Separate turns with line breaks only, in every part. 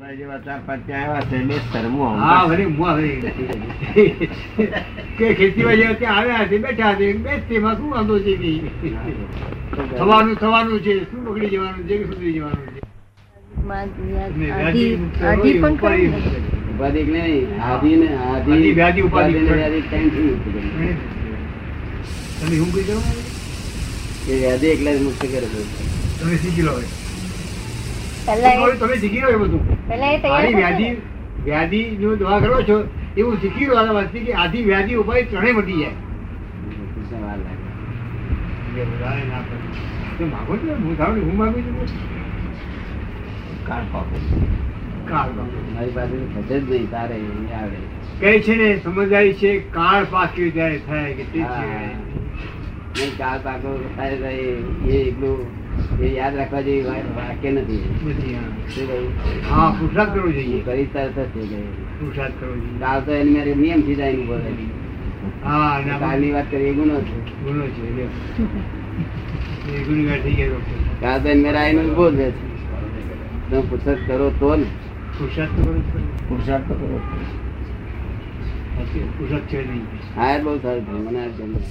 ભાઈ જેવા ચાર પાંચ ત્યાં આવ્યા છે એટલે શરમું
હા
આવું.
વળી મુઆ વળી કે ખેતીમાં જે અત્યારે આવ્યા છે બેઠા છે બેસતીમાં શું વાંધો છે કે થવાનું થવાનું છે શું બગડી જવાનું છે કે સુધરી જવાનું છે ને વ્યાજી મુક્ત
આધી
હોય,
પણ
ઉપાધિ
ખરી ને.
મુક્ત હોય.
ઉપાધિક ને નહીં, આધિને આધિ-
આધિ વ્યાધિ ઉપાધિક
ઉપાધિને
છે.
વ્યાધિ ત્યાંથી મુક્ત કરે.
તમે શું કહી દો?
કે વ્યાધિ એકલા જ મુક્ત કરે છે.
તમે શીખી લો હવે.
પહેલા એ-
તમે શીખી લો એ બધું
પહેલા એ તૈયાર
આની
થશે ને.
વ્યાધિ વ્યાધિ જો દવા કરો છો એવું શીખી લો આના વાતથી કે આધી વ્યાધિ ઉપાધિ ત્રણેય મટી જાય
કૃષ્ણ વાર લાગે.
એ વધારે ના પડે. તમે માગો છો હું ધારો ને હું માગું છું
કાળ પાકો.
કાળ બાપુ.
મારી પાસે થશે જ નહીં તારે એ આવે
કહે છે ને સમજદારી છે કાળ પાક્યું ત્યારે થાય કે તે
હા.
છે
નહીં, કાળ પાકો થાય તો એ- એ એકલું એ યાદ રાખવા જેવી વા- વાક્ય નથી
નથી, હા.
શું કહ્યું?
હા પુરુષાર્થ કરવો
હું
જોઈએ
કરી તરત જ થઈ ગયું.
પુરુષાર્થ કરવો જોઈએ
કાળ તો એની મારી નિયમ થી જાય એનું બોલે.
હા અને આમાં
કાળની વાત કરીએ એ ગુનો છે
ગુનો છે લ્યો. એ ગુનેગાર થઈ ગયા ડૉક્ટર.
કાળ તો એની મારી આઈને ઉભો જ રહે છે. તમે પુસ્તક કરો તો ને
પુરુષાર્થ તો કરવો જ પડે.
પુરુષાર્થ તો કરો
સાચી વાત. પુરુષાર્થ છે નહીં
હા એ બહુ સારું થયું મને આ ગમ્યું.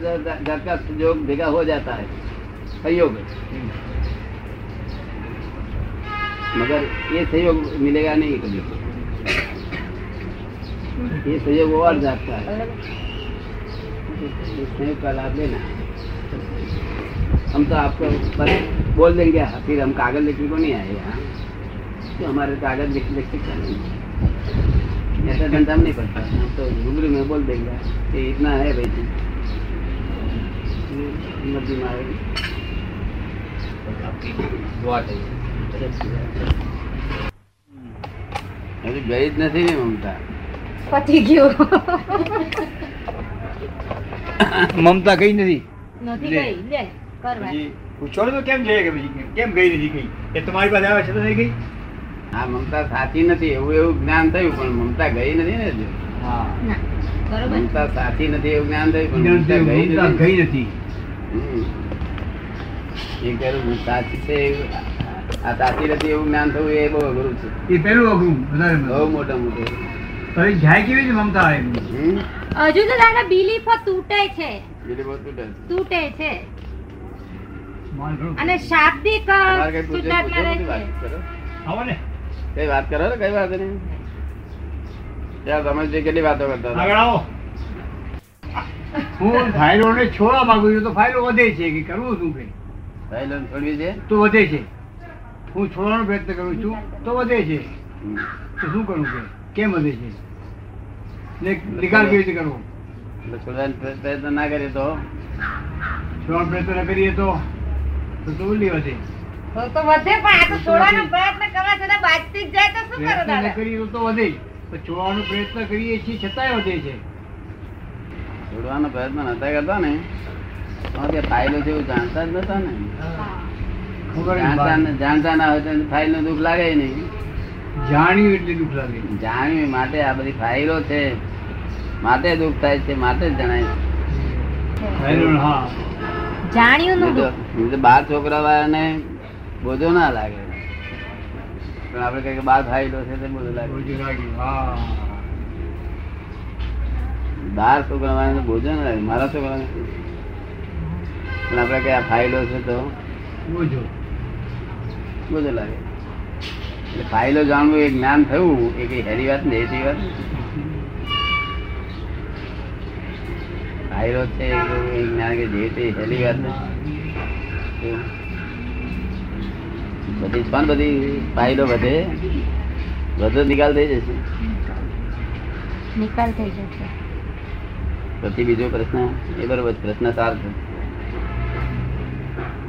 જબ જા- જાત કા સંજોગ ભેગા હો જાતા હૈ સંયોગ मगर ये सहयोग मिलेगा नहीं कभी ये सहयोग और जाता है इस सहयोग का लाभ लेना हम तो आपको बस बोल देंगे हाँ, फिर हम कागज लिखने को नहीं आए यहाँ तो हमारे कागज लिख लिख सकता नहीं ऐसा धंधा हम नहीं करता हम तो रूबरू में बोल देंगे कि इतना है भाई जी मर्जी मारेगी હજુ ગઈ જ નથી ને મમતા
પતી ગયું
મમતા કઈ નથી
નથી
લે.
ગઈ લે કર વાત.
પૂછો ને તો કેમ છે કે પછી કેમ ગઈ નથી ગઈ એ તમારી પાસે આવે છે તો નહીં ગઈ
આ મમતા સાચી નથી એવું એવું જ્ઞાન થયું પણ મમતા ગઈ નથી ને હજુ.
હા
ના બરોબર
મમતા સાચી નથી એવું જ્ઞાન થયું પણ
જ્ઞાન
મમતા
થયું,
ગઈ
મમતા
નથી
ગઈ નથી
હમ. એ કહ્યું, સાચી છે એવું- આ સાચી નથી એવું જ્ઞાન થવું એ બહુ અઘરું છે
એ પહેલું અઘરું વધારે
બહુ
મળે.
મોટા મોટું
હવે જાય કેવી રીતે મમતા આવે
હમ?
હજુ તો દાદા બિલીફ તૂટે છે
બીજું બધું તૂટે
તૂટે છે
છે.
માલ ઘણો.
અને શાબ્દિક અ,
તમારે કઈ પૂછે
શુદ્ધાત્મા
પૂછો
રહે
બધી
છે
વાત કરો
આવો ને
કઈ વાત કરો ને કઈ વાત નહીં ત્યાં તમે જે કેટલી વાતો કરતા હતા.
આગળ આવો હું ફાઇલોને છોડવા માંગુ છું તો ફાઇલો વધે છે કે કરવું શું કંઈ?
ભાઈ લોન છોડવી છે
તો વધે છે હું છોડવાનો પ્રયત્ન કરું છું તો વધે છે
હમ.
તો શું કરવું કે કેમ વધે છે ને નિકાલ કેવી રીતે કરવો
એટલે છોડવાનો પ્રય- પ્રયત્ન ના કરીએ તો
છોડવાનો પ્રયત્ન કરીએ તો તો તો ઉલ્લી વધે
તો તો વધે પણ આ તો છોડવાનો પ્રયત્ન કરવા છતાં બાજતી જ જાય તો શું કરો
પ્રયત્ન ન
દાદા
કરીએ તો તો વધે જ. પણ છોડવાનો પ્રયત્ન કરીએ છીએ છતાંય વધે છે
છોડવાનો પ્રયત્ન નતા કરતા ને તો તે ફાઇલો છે એવું જાણતા જ નતા ને
ખબર નહીં
જાણતા
બા-
ન- જાણતા ના હોય તો ફાઇલ નું દુઃખ લાગે નહીં
જાણ્યું એટલે દુઃખ લાગે
જાણ્યું માટે આ બધી ફાઇલો છે માટે દુઃખ થાય છે માટે જ જણાય છે.
ફાઇલો, હા
જાણ્યું
નહીં તો- નહીં તો બાર છોકરા વાળાને બોજો ના લાગે પણ આપણે કહીએ કે બાર ફાઇલો છે તે બોજો લાગે
બોજો લાગ્યું, હા
બાર છોકરા વાળાને બોજો ના લાગે મારા છોકરા પણ આપણે કઈ આ ફાઇલો છે તો
બોજો
બોજો લાગે એટલે ફાઇલો જાણવું એ જ્ઞાન થયું એ કઈ હેરી વાત ને હેરી વાત નથી. ફાઇલો છે એ એ જ્ઞાન કે જે તે હેરી વાત નથી. બધી પણ બધી ફાઇલો વધે વધુ નિકાલ થઈ જશે
નિકાલ થઈ જશે
પછી બીજો પ્રશ્ન એ બરોબર છે. પ્રશ્ન સાર છે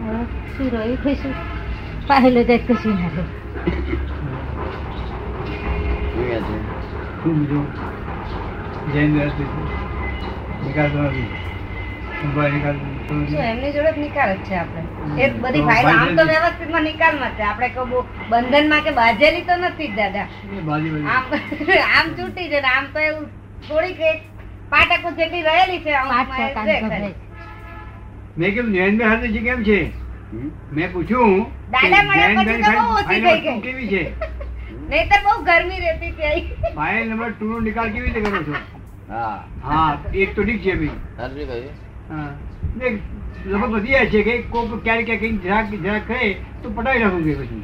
હવે શું રહ્યું કશું પહેલો જાય કશું ના રહ્યું.
શું કહે છે
શું બીજું જૈન દર્શ લીધું. નિકાલ કરવાનો. સંભાળ નિકાલ કરવાનો.
શું એમની જોડે જ નિકાલ જ છે આપણે એ જ બધી
તો
ફાઇલ આમ તો
ફાઇલ જ-
વ્યવસ્થિતમાં નિકાલમાં છે આપણે કોઈ બહુ બંધનમાં કે બાજેલી તો નથી જ દાદા
એ બાજી બાજી.
આમ આમ છૂટી છે ને આમ તો એવું થોડીક એક પાટકો જેટલી રહેલી છે
પાઠ
આમ
પોતાને
છે
ગભરાય
ખરી.
છે.
મેં કીધું જૈનભાઈ સાથે છે કેમ છે
હમ?
મેં પૂછ્યું
દાદા મળ્યા પછી તો બહુ ઓછી થઈ ગઈ
કેવી છે
નહીંતર બહુ ગરમી રહેતી ત્યાં
ફાઇલ નંબર ટુ નો નિકાલ કેવી રીતે કરો છો
હા
હા એક તો ઠીક છે ભઈ.
સાચું કહ્યું
હા. ને લગભગ બધી આ છે કે કોક ક્યારેક ક્યારેક કંઈક જરાક જરાક કહે તો પટાવી નાખું કે પછી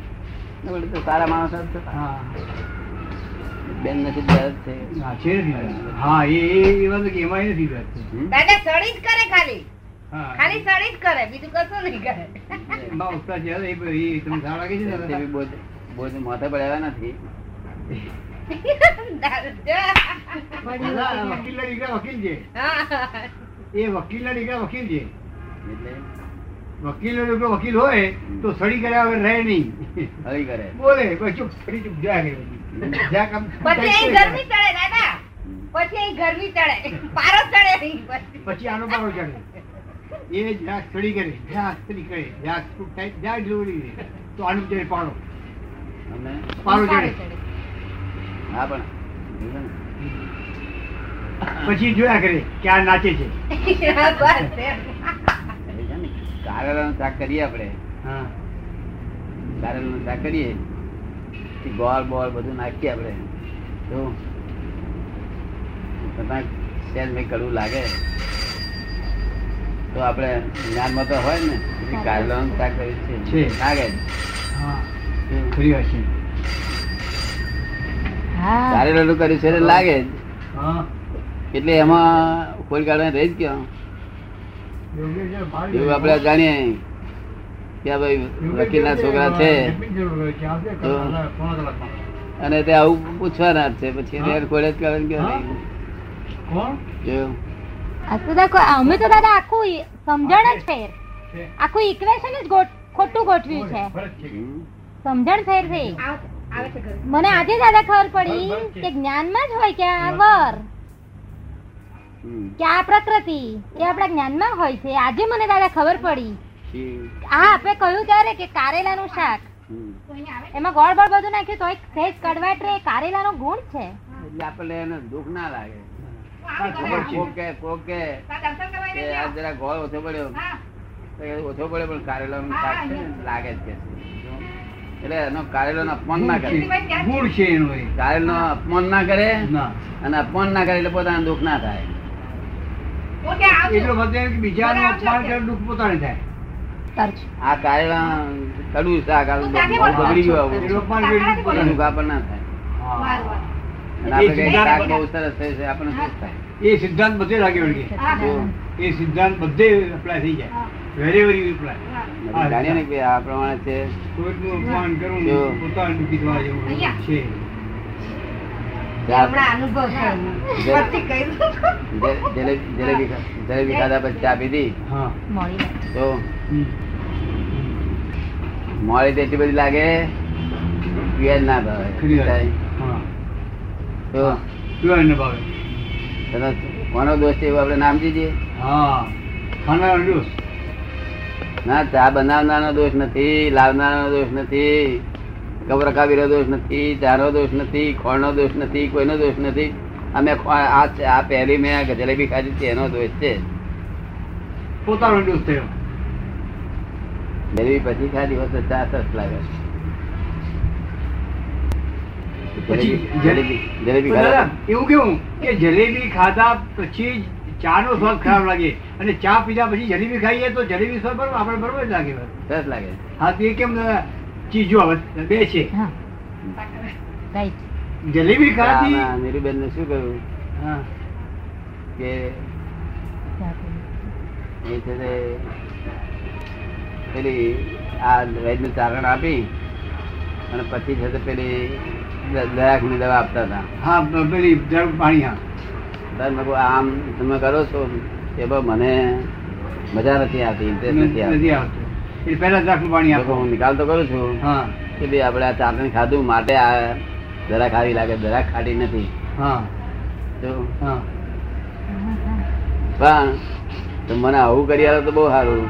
ને વળી તો સારા માણસ જ હતા.
હા
બેન નસીબદાર જ છે
ના, છે નથી. હા એ એ- એ વાત કે એમાં એ નથી વાત.
હમ?
દાદા સળી જ કરે ખાલી
હા
ખાલી સળી જ કરે બીજું કશું નહીં કરે
એમાં ઉત્સાહ છે એ એ તમને સારું લાગે છે ને
તે બી બોજ બોજ માથે પડાવ્યા નથી
દાદા
ના, વકીલના દીકરા વકીલ છે
હા.
એ વકીલના દીકરા વકીલ છે
એટલે
વકીલનો દીકરો વકીલ હોય તો સડી કર્યા વગર રહે નહીં
હળી કરે
બોલે પછી ચૂપ ફરી ચૂપ જાય ને પછી. જ્યાં કામ
પછી અહીં
થાય
ગરમી
છે.
ચડે દાદા પછી અહીં ગરમી ચડે પારો ચડે અહીં પછી.
પછી આનો પારો ચડે એ જ્યાં સડી કરે જ્યાં સડી કરે જ્યાં ચૂપ થાય જ્યાં જરૂરી છે. તો આનું ચડે પારો
અમે
પારો
પારો
ચડે
ચડે.
હા પણ જોયું ને?
પછી જોયા કરે કે આ નાચે છે
હા, બસ એમ.
એ છે ને, કારેલાનું શાક કરીએ આપણે
હા
કારેલાનું શાક કરીએ પછી ગોળ બોળ બધું નાખીએ આપણે તો બધા સેજ મેં કડવું લાગે તો આપણે જ્ઞાનમાં તો હોય ને પછી કારેલાનું શાક કરીએ
છે.
છીએ લાગે જ.
હા ખરી વાત છે
કારેલાનું કર્યું છે એટલે લાગે જ
હા
એટલે એમાં કોઈ કાઢવાની રહી જ ગયો
યોગેશ યાર, ભારે
એવું આપણે જાણીએ કે આ ભાઈ
યોગેશ
વકીલના
યાર,
છોકરા છે
એમની જરૂર હોય છે. આવશે
તો-
કલાક, પોણા કલાકમાં.
અને તે આવું પૂછવાના જ છે પછી
હા.
રેડ ખોળે જ કરવાનું કે
હા.
નહીં?
કોણ
જોયું?
આ તો દેખો અમે તો દાદા આખું ઈ- સમજણ જ ફેર
છે.
આખું ઇક્વેશન જ ગોઠ- ખોટું ગોઠવ્યું છે
ફરજ છે.
હમ.
સમજણ ફેર છે ઈ.
આવ- આવે છે ગરમી
મને આજે દાદા ખબર પડી કે જ્ઞાનમાં જ હોય કે આ વર
હમ.
કે આ પ્રકૃતિ એ આપણા જ્ઞાનમાં હોય છે આજે મને દાદા ખબર પડી
શી-
આ આપણે કહ્યું ત્યારે કે કારેલાનું શાક
હમ.
એમાં ગોળ બળ બધું નાખ્યું તોય સહેજ કડવાટ રે એ કારેલાનો ગુણ છે
એટલે આપણને એને દુઃખ ના લાગે
હા, ખબર છે.
કોક કે- કોક કે
દર્શન કરવા
કે આ જરા ગોળ ઓછો પડ્યો
હા.
તો એ ઓછો પડ્યો પણ કારેલાનું શાક છે ને, લાગે જ કે છે. જો. એટલે એનો કારેલાનું અપમાન ના કરે
ગુણ છે. ગુણ છે એનો એ.
કારેલો અપમાન ના કરે
ના
અને અપમાન ના કરે એટલે પોતાને દુઃખ ના થાય
હું ત્યાં આવું
એટલો બધો એમ કે બીજાનું અપમાન કરે દુઃખ પોતાને થાય
આ કારેલા કડવું શાક આ બગડી ગયું આવું
એટલું અપમાન કરે દુઃખ
એનું
પોતાને
દુઃખ
થાય.
આપણને ના થાય
હા.
અને આપણે કહીએ
એ
કે શાક
સિદ્ધાંત
બહુ સરસ થયું છે આપણને દુઃખ થાય
એ સિદ્ધાંત બધે લાગે વળગે
જો.
એ સિદ્ધાંત બધે અપ્લાય થઈ જાય Wherever you apply.
આપણે જાણીએ ને કે આ પ્રમાણે છે
કોઈકનું અપમાન
જો.
કરવું પોતાને દુઃખી થવા જેવું છે
હમણાં અનુભવ થયો
જે-
પછી કહ્યું
જે- જલેબી જલેબી ખા- જલેબી ખાધા પછી ચા પીધી
હા
તો
હમ.
મોડી તો એટલી બધી લાગે પિયર ના
ખરી વાત. હા
ભાવે તો
પીવાને ભાવે
તને કોનો દોષ છે એવું આપણે નામ દીધીએ
હા ખાનારો દોષ
ના ચા બનાવનારનો દોષ નથી લાવનારનો દોષ નથી કબર કાબીનો દોષ નથી ચાનો દોષ નથી ખોળનો દોષ નથી કોઈનો દોષ નથી અમે ખો- આ આ પહેલી મેં આ જલેબી ખાધી હતી એનો દોષ છે
પોતાનો દોષ થયો
જલેબી પછી ખાધી હોત તો ચા સરસ લાગે જલેબી
પછી
જલેબી જલેબી
પણ દાદા,
ખાધા
એવું કેવું કે જલેબી ખાધા પછી ચા નો સ્વાદ ખરાબ લાગે અને ચા પીધા પછી જલેબી ખાઈએ તો જલેબી સ્વાદ બરોબર આપણે બરોબર જ લાગે
સરસ લાગે
હા તો એ કેમ દાદા, ચીજો આવે બે છે જલેબી ખાધી
આમાં નીરુબેનને શું કહ્યું
હા,
કે એ છે તે પેલી આ વૈદ્યનું ચારણ આપી અને પછી છે તે પેલી દ- દયાકની દવા આપતા હતા
હા પ- પેલી ગરમ પાણી હા
ત્યારે મેં કહ્યું, આમ તમે કરો છો એ બહુ મને મજા નથી આવતી ઇન્ટરેસ્ટ નથી આવતી
નથી આવતું એ પહેલા જરાકનું પાણી
મેં કહ્યું,
આપો
હું નિકાલ તો કરું છું
હા
કે ભાઈ આપણે આ ચારણ ખાધું માટે આ જરાક આવી લાગે જરાક ખાટી નથી
હા
તો
હા
પણ તો મને આવું કરી આલો તો બહુ સારું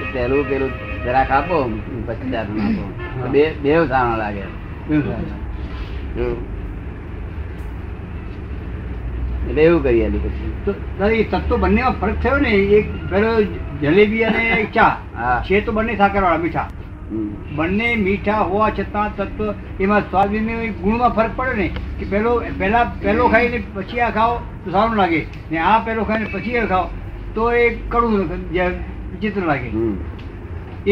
કે પહેલું પેલું જરાક આપો પછી ચારણ આપો તો બે બેવ સારું લાગે
એવું થાય.
જો. એટલે એવું કરી આલી પછી
તો દાદા, એ તત્વ બંનેમાં ફરક થયો ને એક પેલો જલેબી અને ચા
હા.
છે તો બંને સાકરવાળા મીઠા
હમ.
બંને મીઠા હોવા છતાં તત્વ એમાં સ્વાદને ગુણમાં ફરક પડે ને કે પેલો પહેલા પહેલો ખાઈને પછી આ ખાઓ તો સારું લાગે ને આ પહેલો ખાઈને પછી આ ખાઓ તો એ કડવું જે વિચિત્ર લાગે
હમ.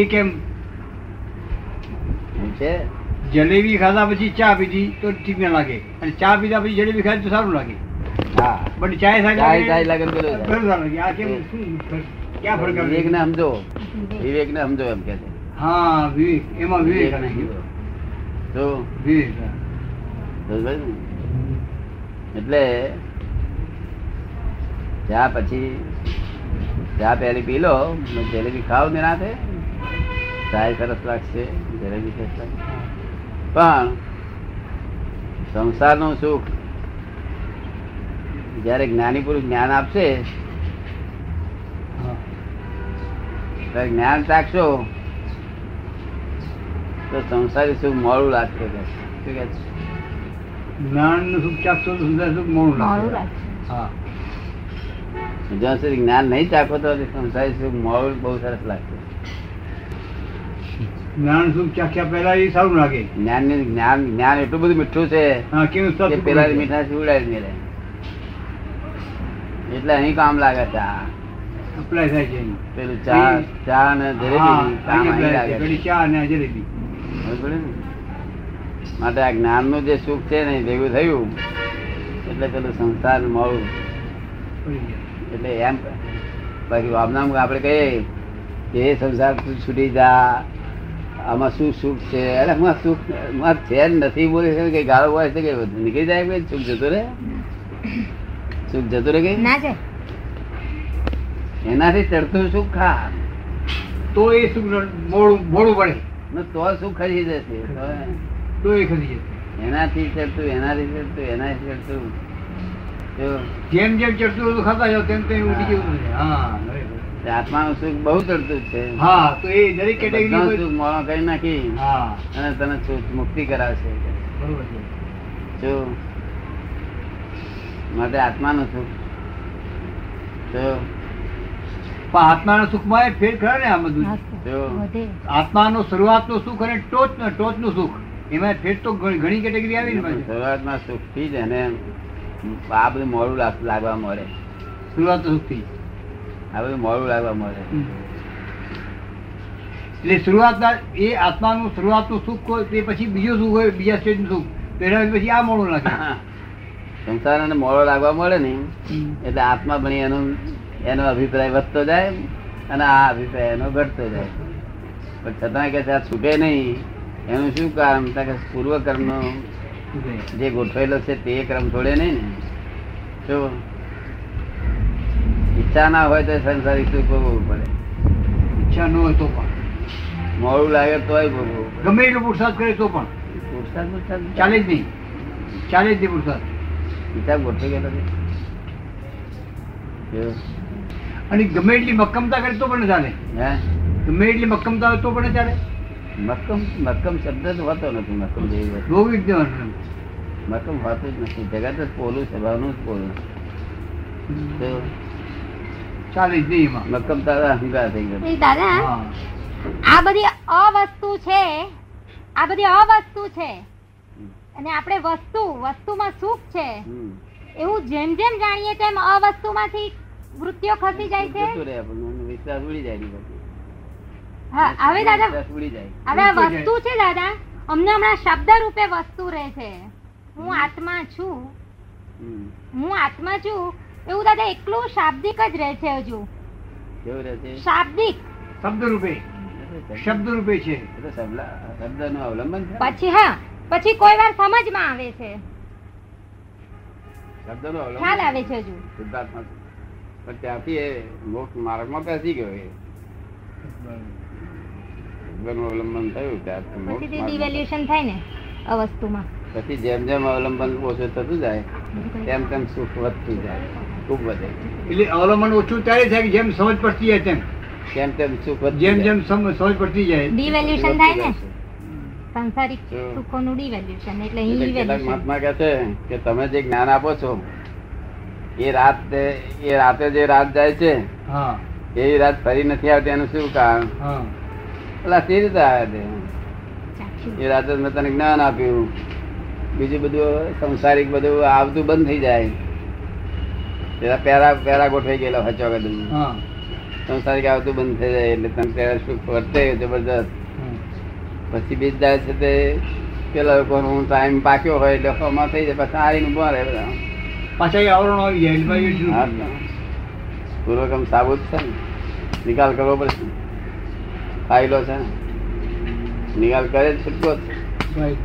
એ કેમ
એમ છે
જલેબી ખાધા પછી ચા પીધી તો ઠીક ના લાગે અને ચા પીધા પછી જલેબી ખાધી તો સારું લાગે
હા
બટ ચાય
ચાય-
સાથે
ચાય લાગે ને પેલું થાય.
પેલું સારું લાગે આ કેમ શું ક્યાં ફરક આવે?
વિવેક ને સમજો વિવેક ને સમજો એમ કે છે
હા વિવેક એમાં વિવેક અને
જો,
વિવેક
સમજાય ને? એટલે ચા પછી ચા પહેલી પી લો ને જલેબી ખાવ ને ના થાય ચાય સરસ લાગશે જલેબી સરસ લાગશે પણ સંસારનું સુખ જ્યારે જ્ઞાની પુરુષ જ્ઞાન આપશે
હા.
ત્યારે જ્ઞાન રાખશો તો સંસારી સુખ મોડું લાગશે કે છે. શું કે છે?
જ્ઞાનનું સુખ ચાખશો તો સુંદર સુખ મોડું
મોડું
લાગે
લાગશે
હા
જ્યાં સુધી જ્ઞાન નહીં ચાખો તો સંસારી સુખ મોડું બહુ સરસ લાગશે
જ્ઞાન સુખ ચાખ્યા પહેલા એ સારું લાગે
જ્ઞાન જ્ઞાન જ્ઞાન એટલું બધું મીઠું છે
હા કેવું
કે
સ્વાદ
પેલા મીઠા ઉડાવી મેળે એટલે અહીં કામ લાગે ચા
અપ્લાય થાય છે એનું.
પેલું ચા ચા ને
હા,
જલેબી કામ
અહીં apply
અહીં લાગે
છે.
છે.
પેલી ચા અને આ જલેબી
ખબર પડી ને? માટે આ જ્ઞાન નું જે સુખ છે ને એ ભેગું થયું એટલે પેલું સંસાર મળવું
પડી ગયા.
એટલે એમ બાકી આમનામ આપણે કહીએ કે એ સંસાર તું છૂટી જા આમાં શું સુખ છે અરે હું સુખ માં છે જ નથી બોલે છે કે ગાળો બોલે છે કે નીકળી જાય કે સુખ જતો રે સુખ જતો રે કે
ના જાય
એનાથી ચડતું સુખ ખા
તો એ સુખ મોડું મોડું પડે
ને તો સુખ ખરી જશે તો
તો એ ખરી જશે
એનાથી ચડતું એનાથી ચડતું એનાથી ચડતું જો
જેમ જેમ ચડતું હતું ખાતા જાઓ તેમ તેમ ઉડી જતું રહે. હા બરાબર.
આત્માનું સુખ બહુ ચડતું જ છે
હા તો એ દરેક
બધાનું
કેટેગરી
સુખ મોળા કરી નાખી
હા
અને તને સુખ મુક્તિ કરાવશે
બરોબર છે
જો માટે આત્માનું સુખ જો
પણ આત્માના સુખમાં એ ફેર ખરા ને આ બધું
જો.
વધે
આત્માનો શરૂઆતનો સુખ અને ટોચ ટોચનું સુખ એમાં ફેર તો ઘણી ઘણી કેટેગરી આવી ને પાછી.
શરૂઆતમાં સુખથી જ એને આ બધું મોડું લાગ- લાગવા મળે
શરૂઆતના સુખથી
આ બધું મોડું લાગવા મળે
એટલે શરૂઆતના એ આત્માનું શરૂઆતનું સુખ હોય તે પછી બીજું સુખ હોય બીજા સ્ટેજનું સુખ તો એના પછી આ મોડું લાગે
સંસાર અને મોડો લાગવા મળે ને એટલે આત્મા ભણી એનો એનો અભિપ્રાય વધતો જાય અને આ અભિપ્રાય એનો ઘટતો જાય પણ છતાં કે આ છૂટે નહીં એનું શું કારણ તો કે પૂર્વ કર્મનો જે ગોઠવેલો છે તે ક્રમ છોડે નહીં ને જો ઈચ્છા ના હોય તો સંસારી સુખ ભોગવવું પડે
ઈચ્છા ન હોય તો પણ
મોડું લાગે તોય ભોગવવું પડે
ગમે એટલો પુરુષાર્થ કરે તો પણ
પુરસાદ પુરસાદ
ચાલે જ નહીં ચાલે જ નહીં પુરુષાર્થ
ઈચ્છા ગોઠવી ગયેલો છે જો.
અને ગમે એટલી મક્કમતા કરે તો પણ ચાલે
હે
ગમે એટલી મક્કમતા હોય તો પણ ચાલે
મક્કમ મક્કમ શબ્દ તો હોતો નથી મક્કમ જેવી વસ્તુ
રોગ જ દેવાનું
મક્કમ હોતું જ નથી જગત જ પોલું સ્વભાવનું જ પોલું તો
ચાલે જ નહીં એમાં
મક્કમ તારા અહંકાર થઈ ગયો
એ દાદા
હા
આ બધી અવસ્તુ છે આ બધી અવસ્તુ છે અને આપણે વસ્તુ વસ્તુમાં સુખ છે
હમ.
એવું જેમ જેમ જાણીએ તેમ અવસ્તુમાંથી વૃત્તિઓ ખસી જાય
જતું
છે
રહે આપણને એનો વિશ્વાસ ઉડી જાય એની પરથી.
હા હવે દાદા
વિશ્વાસ ઉડી જાય
હવે આ વસ્તુ છે દાદા અમને હમણાં શબ્દ રૂપે વસ્તુ રહે છે હું આત્મા છું
હમ.
હું આત્મા છું એવું દાદા એકલું શાબ્દિક જ રહે છે હજુ
કેવું રહે છે
શાબ્દિક
શબ્દ રૂપે શબ્દ રૂપે છે
એ તો શબ્દ- શબ્દનું અવલંબન છે ને?
પછી હા પછી કોઈ વાર સમજમાં આવે છે
શબ્દનું
ખ્યાલ
અવલંબન
આવે છે હજુ
શુદ્ધાત્મા છે. પણ ત્યાંથી એ મોક્ષ માર્ગમાં બેસી ગયો એ શબ્દનું અવલંબન થયું ત્યારથી મોક્ષ
પછી તે
માર્ગમાં
ડિવેલ્યુશન થાય ને આ વસ્તુમાં
પછી જેમ જેમ અવલંબન ઓછું થતું જાય તેમ તેમ સુખ વધતું જાય ખૂબ વધે
એટલે અવલંબન ઓછું ત્યારે થાય કે જેમ સમજ પડતી જાય તેમ
તેમ તેમ સુખ વધતું
જેમ
જાય.
જેમ સમ- સમજ પડતી જાય
ડિવેલ્યુશન
વધતું
થાય ને
જાય.
સાંસારિક
હમ.
સુખોનું ડિવેલ્યુશન એટલે અહીં
એટલે કેટલાક
evaluation.
મહાત્મા કહે છે કે તમે જે જ્ઞાન આપો છો એ રાત એ રાતે જે રાત જાય છે
હા
એ રાત ફરી નથી આવતી એનું શું કારણ
હા
એટલે તે રીતે આવ્યા
ચાખ્યું.
તે એ રાતે મેં તને જ્ઞાન આપ્યું બીજું બધું સંસારિક બધું આવતું બંધ થઈ જાય પેલા પેરા પેરા ગોઠવાઈ ગયેલા હચો કદમ
હા
સંસારિક આવતું બંધ થઈ જાય એટલે તને પેરા સુખ વર્તે જબરદસ્ત
હમ.
પછી બીજ જાય છે તે પેલા લોકોનો ટાઈમ પાક્યો હોય એટલે હવામાં થઈ જાય પછી આવીને ઉભા રહે બધા
પાછા એ આવરણ આવી જાય એટલે પાછું જુદું.
હા તો. પૂર્વક્રમ સાબુત છે ને નિકાલ કરવો પડશે ફાઇલો છે ને નિકાલ કરે જ છૂટકો જ.
ભાઈ.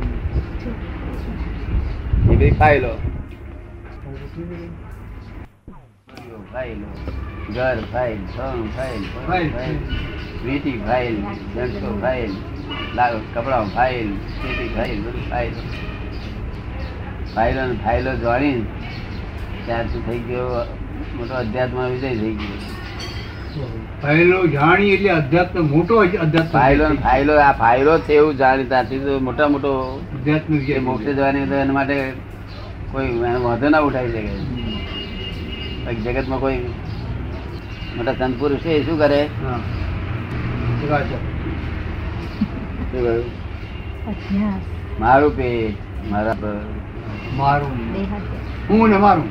એ બધી ફાઇલો ફાઇલો ઘર ફાઇલ સોનું ફાઇલ
ફાઇલ.
ફાઇલ વીટી ફાઇલ જણસો ફાઇલ લાલ કપડાં ફાઇલ ખેતી ફાઇલ બધું ફાઇલ ફાઇલો ને ફાઇલો જાણી ત્યારથી થઈ ગયો મોટો અધ્યાત્મ વિજય થઈ ગયો
પહેલો જાણી એટલે અધ્યાત્મ મોટો જ અધ્યાત્મ
ફાઇલો ને ફાઇલો આ ફાઇલો છે એવું જાણી ત્યાંથી તો મોટા મોટો
અધ્યાત્મ
જે
વિજય.
મોક્ષે જવાની તો એના માટે કોઈ એનો વાંધો ના ઉઠાવી શકે
હમ.
બાકી જગતમાં કોઈ મોટા સંત પુરુષ છે એ શું કરે
હા. વાત છે.
શું કહ્યું મારું પેટ મારા પર
મારું ને હું ને મારું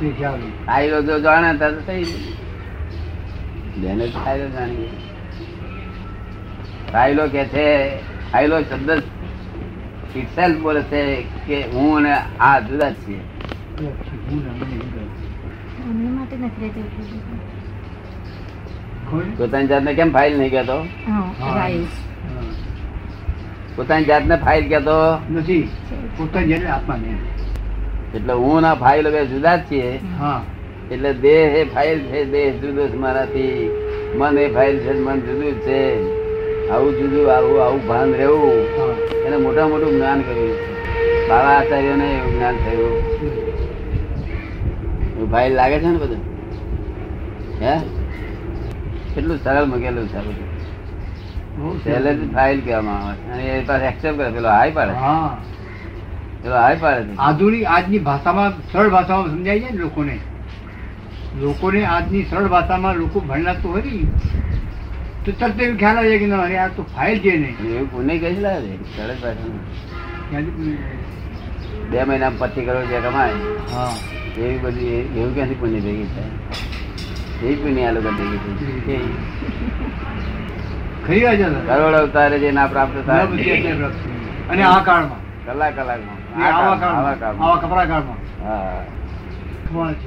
તે ખ્યાલ.
આયરો જો જાણે તારે થઈ ગયું. બેને તો આયરો જાણી ગઈ. આયલો કે છે આયલો શબ્દ itself બોલે છે કે હું અને આ જુદા જ છીએ
હું ને મને એમ કહે.
એમની માટે નથી રહેતી એટલી બધી.
ખબર છે?
પોતાની જાતને કેમ ફાઇલ નહીં કહેતો
હા,
હા.
right.
હા.
પોતાની જાતને ફાઇલ કહેતો
નથી પોતાની જેને આત્માને એમ.
એટલે હું ના ફાઇલ બે જુદા જ છીએ
હા
એટલે દેહ એ ફાઇલ છે દેહ જુદો છે મારાથી મન એ ફાઇલ છે મન જુદું જ છે આવું જુદું આવું આવું ભાન રહેવું
હા.
એને મોટા મોટું જ્ઞાન કર્યું છે બાવા આચાર્યને એવું જ્ઞાન થયું એવું ફાઇલ લાગે છે ને બધું હે કેટલું સરળ મૂકેલું છે આ બધું
બહુ
સહેલે જ ફાઇલ કહેવામાં આવે છે અને એ પાસે એક્સેપ્ટ કરે પેલો હાઈ પાડે છે.
હા
પેલો હાઈ પાડે છે
આધુનિક આજની ભાષામાં સરળ ભાષામાં સમજાય છે ને લોકોને લોકોને આજની સરળ ભાષામાં લોકો ભણનાતું હોય ને તો તરત એમ ખ્યાલ આવી જાય કે ના અરે આ તો ફાઇલ છે ને
અને એવું પુણ્ય કઈ લાવે છે સરળ ભાષામાં
ત્યાંથી
બે મહિનામાં પચીસ કરોડ રૂપિયા કમાય
હા
એવી બધી એવું ક્યાંથી પુણ્ય ભેગી થાય એવી પુણ્ય આ લોકો ભેગી થઈ છે.
ખરી વાત છે સર.
કરોડ અવતારે જે ના પ્રાપ્ત
આ
થાય
બધી અત્યારે પ્રાપ્ત થઈ. અને આ કાળમાં
કલાક કલાકમાં
આવા
આ કાળમાં, આવા
કાળમાં
કાળમાં.
આવા કપરા કાળમાં
હા
કોણ છે